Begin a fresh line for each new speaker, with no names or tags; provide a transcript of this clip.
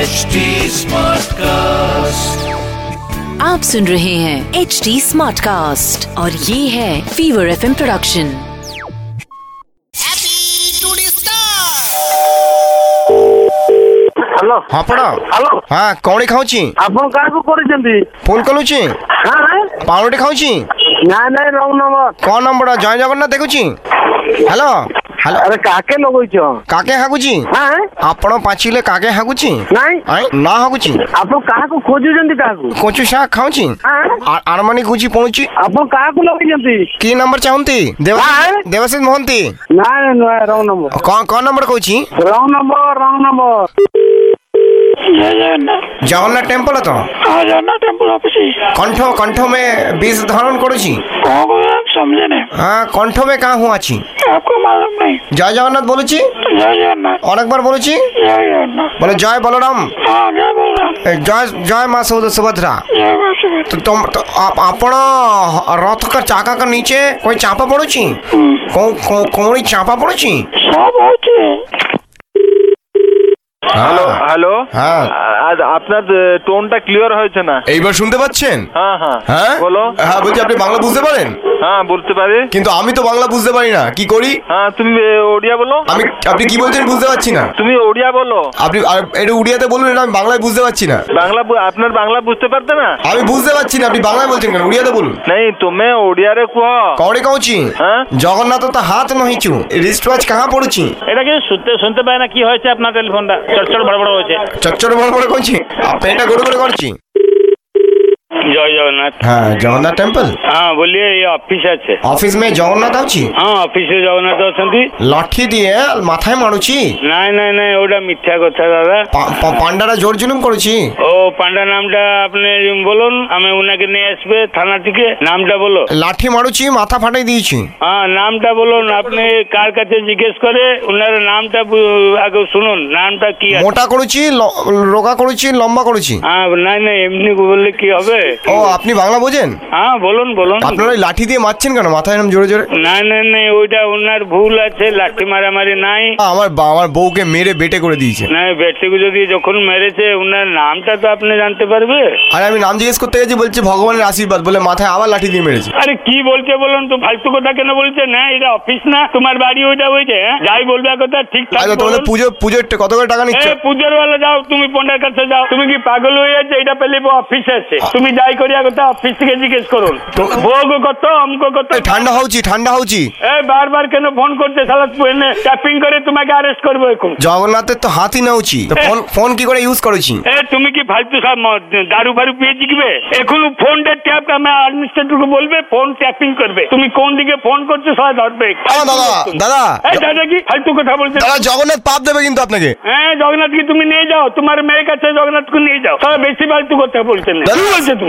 HD Smartcast.
आप सुन रहे हैं एच डी स्मार्ट कास्ट और ये है फीवर एफ प्रोडक्शन
ହ୍ୟାଲୋ
ହଁ ପଡ଼
ହ୍ୟାଲୋ
ହଁ କଉଁଡ଼ି ଖାଉଛି
ଆପଣ କାହାକୁ କରିଛନ୍ତି
ଫୁଲ ଖୋଲୁଛି
ହାଁ ହାଁ?
ପାଉଁରୁଟି ଖାଉଛି
ନାଇଁ ନାଇଁ ରଙ୍ଗ ନମ୍ବର
କ'ଣ ନମ୍ବର ଜୟ ଜଗନ୍ନାଥ ଦେଖୁଛି ହ୍ୟାଲୋ ହ୍ୟାଲୋ
ଆରେ କାହାକେ ଲଗେଇଛ
କାକେ ହାଗୁଛି
ହାଁ ହାଁ?
ଆପଣ ପାଚିଲେ କାକେ ହାଗୁଛି
ନାଇଁ
ଆଇଁ ନା ହାଗୁଛି
ଆପଣ କାହାକୁ ଖୋଜୁଛନ୍ତି କାହାକୁ
କଞ୍ଚୁ ଶାଗ ଖାଉଛି
ହାଁ
ଆ- ଆରମଣି ଗୁଜି ପଳୁଛି
ଆପଣ କାହାକୁ ଲଗେଇଛନ୍ତି
କି ନମ୍ବର ଚାହୁଁନ୍ତି ଦେବ-
ହାଁ?
ଦେବାଶିଷ ମହାନ୍ତି
ନାଇଁ ନାଇଁ, ନାଇଁ ରଙ୍ଗ ନମ୍ବର
କ'ଣ କ'ଣ ନମ୍ବର କହୁଛି
ରଙ୍ଗ ନମ୍ବର ରଙ୍ଗ ନମ୍ବର
ଜଗନ୍ନାଥ ଟେମ୍ପଲ ତ
हाँ जाना टेम्पल वापस ही
कंठ कंठ में बीस धारण करुची
कौन को आप समझे नहीं
हाँ कंठ में कहाँ हुआ छी
आपको मालूम नहीं तो
जय जगन्नाथ बोलुची
जय जगन्नाथ
অনেকবার বার বলেছি
जय जगन्नाथ
বলে জয় বলরাম
हाँ जय बलराम
এ, জয় জয় মা সৌদ সুভদ্রা
जय वासुदेव
तो तुम तो आप आपण रथ का चाका का नीचे कोई चापा पड़ोची कौन कौन कौन चापा पड़ोची
सब होती है
হ্যালো
হ্যালো
হ্যাঁ
আজ আপনার টোনটা ক্লিয়ার হয়েছে না
এইবার শুনতে পাচ্ছেন
হ্যাঁ হ্যাঁ
হ্যাঁ
বলো
হ্যাঁ বলছি আপনি বাংলা বুঝতে পারেন
হ্যাঁ বলতে পারি
কিন্তু আমি তো বাংলা বুঝতে পারি না কি করি
হ্যাঁ তুমি এ, ওড়িয়া বলো
আমি আপনি কি বলছেন বুঝতে পারছি না
তুমি ওড়িয়া বলো
আপনি আর এটা উড়িয়াতে বলুন এটা আমি বাংলায় বুঝতে পারছি না
বাংলা বু- আপনার বাংলা বুঝতে পারতে না
আমি বুঝতে পারছি না আপনি বাংলায় বলছেন কেন উড়িয়াতে বলুন
নাই তুমি ওড়িয়ারে কুহ
কৌড়ে কৌচি
হ্যাঁ?
জগন্নাথ তো হাত নহিচু রিস্ট ওয়াচ কাহা পড়ুছি
এটা কিছু শুনতে শুনতে পাই না কি হয়েছে আপনার টেলিফোনটা চড়চড় বড় বড় হয়েছে
চচ্চড় বড় বড় করছি আপনি এটা গড়ে গড়ে করছি
জয় জগন্নাথ
हाँ जगन्नाथ टेम्पल
হ্যাঁ বলিয়ে এই অফিস আছে
ऑफिस में जगन्नाथ आउची
হ্যাঁ অফিসে জগন্নাথ অছন্তি
লাঠি দিয়ে মাথায় মারুছি
নাই নাই নাই ওটা মিথ্যা কথা দাদা
পা- পা- পান্ডারা জোর জুলুম করেছি
ও পান্ডা নামটা আপনি বলুন আমি ওনাকে নিয়ে আসবে থানা থেকে নামটা বলো
লাঠি মারুছি মাথা ফাটাই দিয়েছি
হ্যাঁ নামটা বলুন আপনি কার কাছে জিজ্ঞেস করে ওনার নামটা বু- আগে শুনুন নামটা কি আছে?
মোটা করেছি ল- রোগা করেছি লম্বা করেছি
হ্যাঁ নাই নাই এমনি বললে কি হবে
ও আপনি বাংলা বোঝেন
হ্যাঁ বলুন বলুন
আপনারা ওই লাঠি দিয়ে মারছেন কেন মাথায় এরকম জোরে জোরে
না না না ওইটা ওনার ভুল আছে লাঠি মারামারি নাই
আমার বা- আমার বউকে মেরে বেটে করে দিয়েছে
না ব্যক্তিকে যদি যখন মেরেছে ওনার নামটা তো আপনি জানতে পারবে
আর আমি নাম জিজ্ঞেস করতে গেছি বলছে ভগবানের আশীর্বাদ বলে মাথায় আবার লাঠি দিয়ে মেরেছে
আরে কি বলছে বলুন তো ফালতু কথা কেন বলছে না এটা অফিস না তোমার বাড়ি ওইটা হয়েছে হ্যাঁ? যাই বলবে এক কথা ঠিক
আচ্ছা তোমাদের পুজো পুজোর টা- কত করে টাকা নিচ্ছ
পুজোর বেলা যাও তুমি পন্ডার কাছে যাও তুমি কি পাগল হয়ে যাচ্ছে এটা পেলে অফিস আছে তুমি যাই করি এক কথা অফিস থেকে জিজ্ঞেস করুন
তো-
ভোগ কত অমক কত
এই ঠান্ডা হউছি ঠান্ডা হউছি
এই বারবার কেন ফোন করছে সালা ট্যাপিং করে তোমাকে অ্যারেস্ট করবো এখন
জগন্নাথের তো হাতই নেওছি ফোন ফোন কি করে ইউজ করেছি
এ তুমি কি ফালতু সব ম- দারু ফারু পেয়ে জিখবে এখন ফোনটা ট্যাপ আমি অ্যাডমিনিস্ট্রেটরকে বলবে ফোন ট্যাপিং করবে তুমি কোন দিকে ফোন করছো সবাই ধরবে
দাদা দাদা দাদা
এই দাদা কি ফালতু কথা বলছে
দাদা জগন্নাথ পাপ দেবে কিন্তু আপনাকে
হ্যাঁ জগন্নাথ কি তুমি নিয়ে যাও তোমার মেয়ের কাছে জগন্নাথকে নিয়ে যাও সবাই বেশি ফালতু কথা বলছে না
দাদা,
কি বলছে তুমি